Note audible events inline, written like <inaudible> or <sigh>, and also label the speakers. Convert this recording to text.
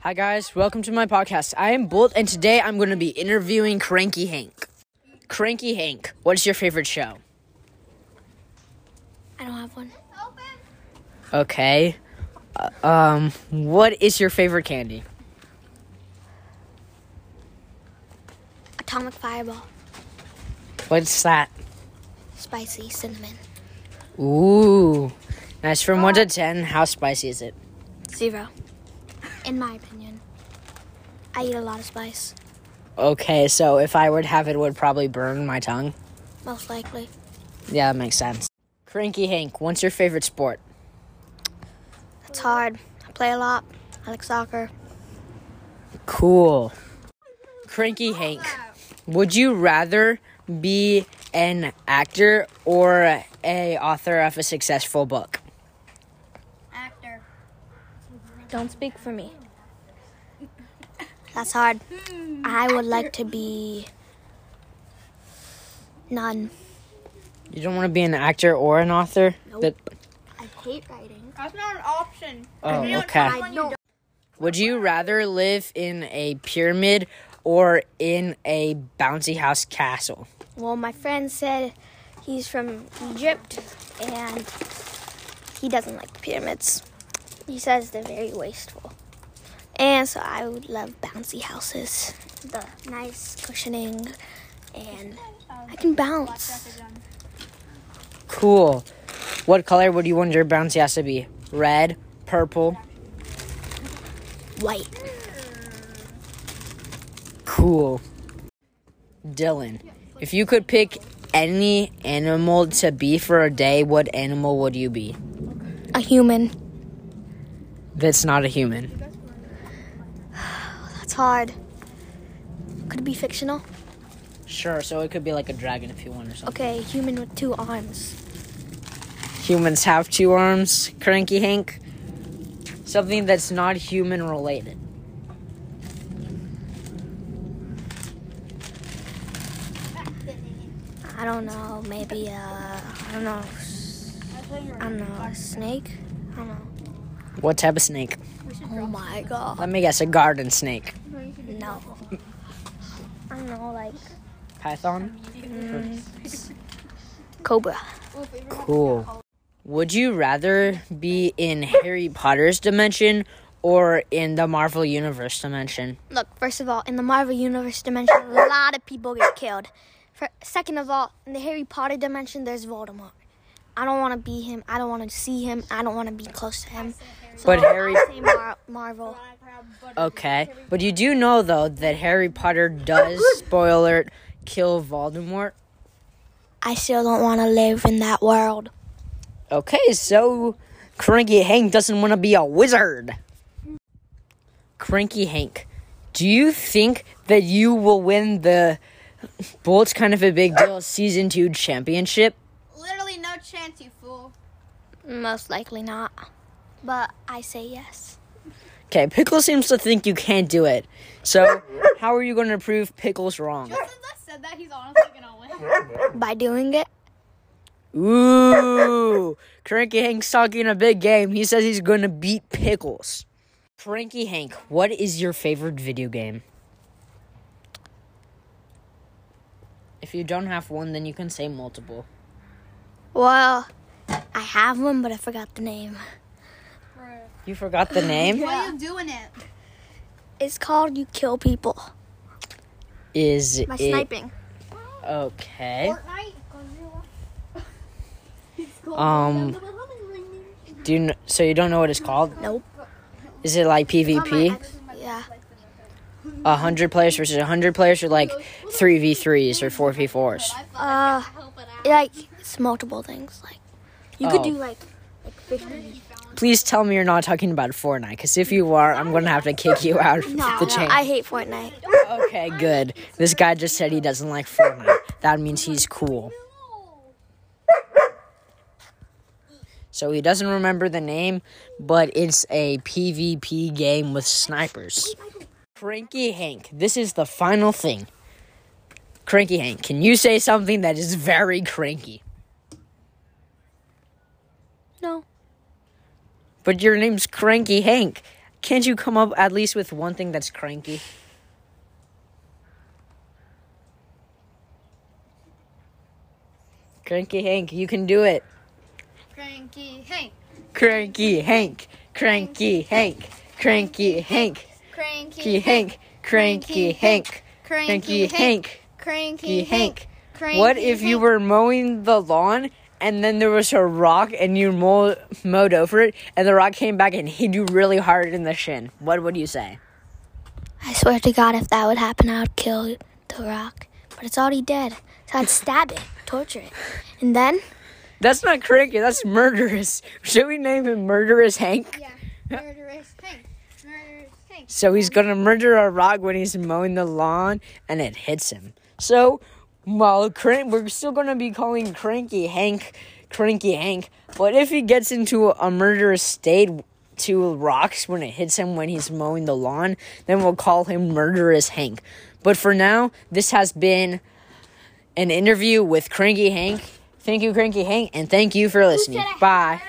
Speaker 1: Hi guys, welcome to my podcast. I am Bolt, and today I'm going to be interviewing Cranky Hank. Cranky Hank, what's your favorite show?
Speaker 2: I don't have one.
Speaker 1: Okay. Uh, um, what is your favorite candy?
Speaker 2: Atomic Fireball,
Speaker 1: What's that?
Speaker 2: spicy cinnamon.
Speaker 1: Ooh, nice. From one to ten, how spicy is it?
Speaker 2: Zero. In my opinion, I eat a lot of spice,
Speaker 1: Okay, so if I were to have it, it would probably burn my tongue.
Speaker 2: most likely.
Speaker 1: Yeah, that makes sense. Cranky Hank, what's your favorite sport?
Speaker 2: That's hard. I play a lot. I like soccer.
Speaker 1: Cool. Cranky Hank, would you rather be an actor or a author of a successful book?
Speaker 3: actor.
Speaker 2: Don't speak for me. That's hard. I would like to be none.
Speaker 1: You don't want to be an actor or an author? That-
Speaker 2: I hate writing.
Speaker 3: That's not an option.
Speaker 1: Oh,
Speaker 3: You know, it's
Speaker 1: okay.
Speaker 3: not one you don't-
Speaker 1: would you rather live in a pyramid or in a bouncy house castle?
Speaker 2: Well, my friend said he's from Egypt and he doesn't like the pyramids. He says they're very wasteful. And so I would love bouncy houses, the nice cushioning, and I can bounce.
Speaker 1: Cool. What color would you want your bouncy house to be? Red, purple?
Speaker 2: White.
Speaker 1: Cool. Dylan, if you could pick any animal to be for a day, what animal would you be?
Speaker 2: A human.
Speaker 1: That's not a human.
Speaker 2: That's hard. Could it be fictional?
Speaker 1: Sure, so it could be like a dragon if you want or something.
Speaker 2: Okay, human with two arms.
Speaker 1: Humans have two arms, Cranky Hank. Something that's not human related.
Speaker 2: I don't know, maybe a, I don't know, s- I don't know, a snake? I don't know.
Speaker 1: What type of snake?
Speaker 2: Oh my god.
Speaker 1: Let me guess, a garden snake.
Speaker 2: No. I don't know, like
Speaker 1: Python?
Speaker 2: Cobra.
Speaker 1: Cool. Would you rather be in Harry Potter's dimension or in the Marvel Universe dimension?
Speaker 2: Look, first of all, in the Marvel Universe dimension, a lot of people get killed. For, second of all, in the Harry Potter dimension, there's Voldemort. I don't want to be him. I don't want to see him. I don't want to be close to him. So
Speaker 1: But
Speaker 2: I
Speaker 1: Harry-
Speaker 2: say Mar- Marvel.
Speaker 1: Okay, but you do know though that Harry Potter does spoiler alert, kill Voldemort.
Speaker 2: I still don't want to live in that world.
Speaker 1: Okay, so Cranky Hank doesn't want to be a wizard. Cranky Hank, do you think that you will win the Bolts kind of a big deal season two championship?
Speaker 3: Literally no chance, you fool.
Speaker 2: Most likely not. But I say yes.
Speaker 1: Okay, Pickle seems to think you can't do it. So how are you going to prove Pickle's wrong?
Speaker 3: Since I said that, he's honestly
Speaker 1: <laughs>
Speaker 3: gonna win.
Speaker 2: By doing it,
Speaker 1: Ooh, Cranky Hank's talking a big game. He says he's going to beat Pickles. Cranky Hank, what is your favorite video game? If you don't have one, then you can say multiple.
Speaker 2: well, I have one, but I forgot the name.
Speaker 1: You forgot the
Speaker 2: <laughs>
Speaker 1: name?
Speaker 3: Why are you doing it?
Speaker 2: It's called You Kill People.
Speaker 1: Is
Speaker 2: By
Speaker 1: it
Speaker 2: sniping.
Speaker 1: okay?
Speaker 2: <laughs>
Speaker 3: Fortnite?
Speaker 1: Um, do you kn- so you don't know what it's called?
Speaker 2: Nope.
Speaker 1: Is it like PvP?
Speaker 2: Yeah.
Speaker 1: A hundred players versus a hundred players, or like three v threes or four v fours?
Speaker 2: Uh, like it's multiple things. Like you
Speaker 1: Oh.
Speaker 2: could do like like fifty.
Speaker 1: Please tell me you're not talking about Fortnite, because if you are, I'm gonna have to kick you out of
Speaker 2: No,
Speaker 1: the
Speaker 2: no,
Speaker 1: chain.
Speaker 2: I hate Fortnite.
Speaker 1: okay, good. This guy just said he doesn't like Fortnite. That means he's cool. So he doesn't remember the name, but it's a PvP game with snipers. Cranky Hank, this is the final thing. Cranky Hank, can you say something that is very cranky?
Speaker 2: No,
Speaker 1: But your name's Cranky Hank. Can't you come up at least with one thing that's cranky? Cranky Hank, you can do it.
Speaker 3: Cranky Hank.
Speaker 1: Cranky Hank, cranky Hank, cranky Hank,
Speaker 3: Cranky
Speaker 1: cranky Hank, cranky Hank, cranky Hank,
Speaker 3: Cranky
Speaker 1: cranky Hank.
Speaker 3: Cranky
Speaker 1: What if you
Speaker 3: Hank.
Speaker 1: were mowing the lawn and then there was a rock and you mow- mowed over it and the rock came back and hit you really hard in the shin? What would you say?
Speaker 2: I swear to God, if that would happen, I would kill the rock. But it's already dead, so I'd stab it, torture it, and then
Speaker 1: That's not cranky, that's murderous. <laughs> Should we name him Murderous Hank?
Speaker 3: Yeah. Murderous Hank. Murderous Hank.
Speaker 1: So he's gonna murder a rock when he's mowing the lawn and it hits him. So, while crank, we're still gonna be calling Cranky Hank Cranky Hank, but if he gets into a murderous state to rocks when it hits him when he's mowing the lawn, then we'll call him Murderous Hank. But for now, this has been an interview with Cranky Hank. Thank you, Cranky Hank, and thank you for listening. Bye.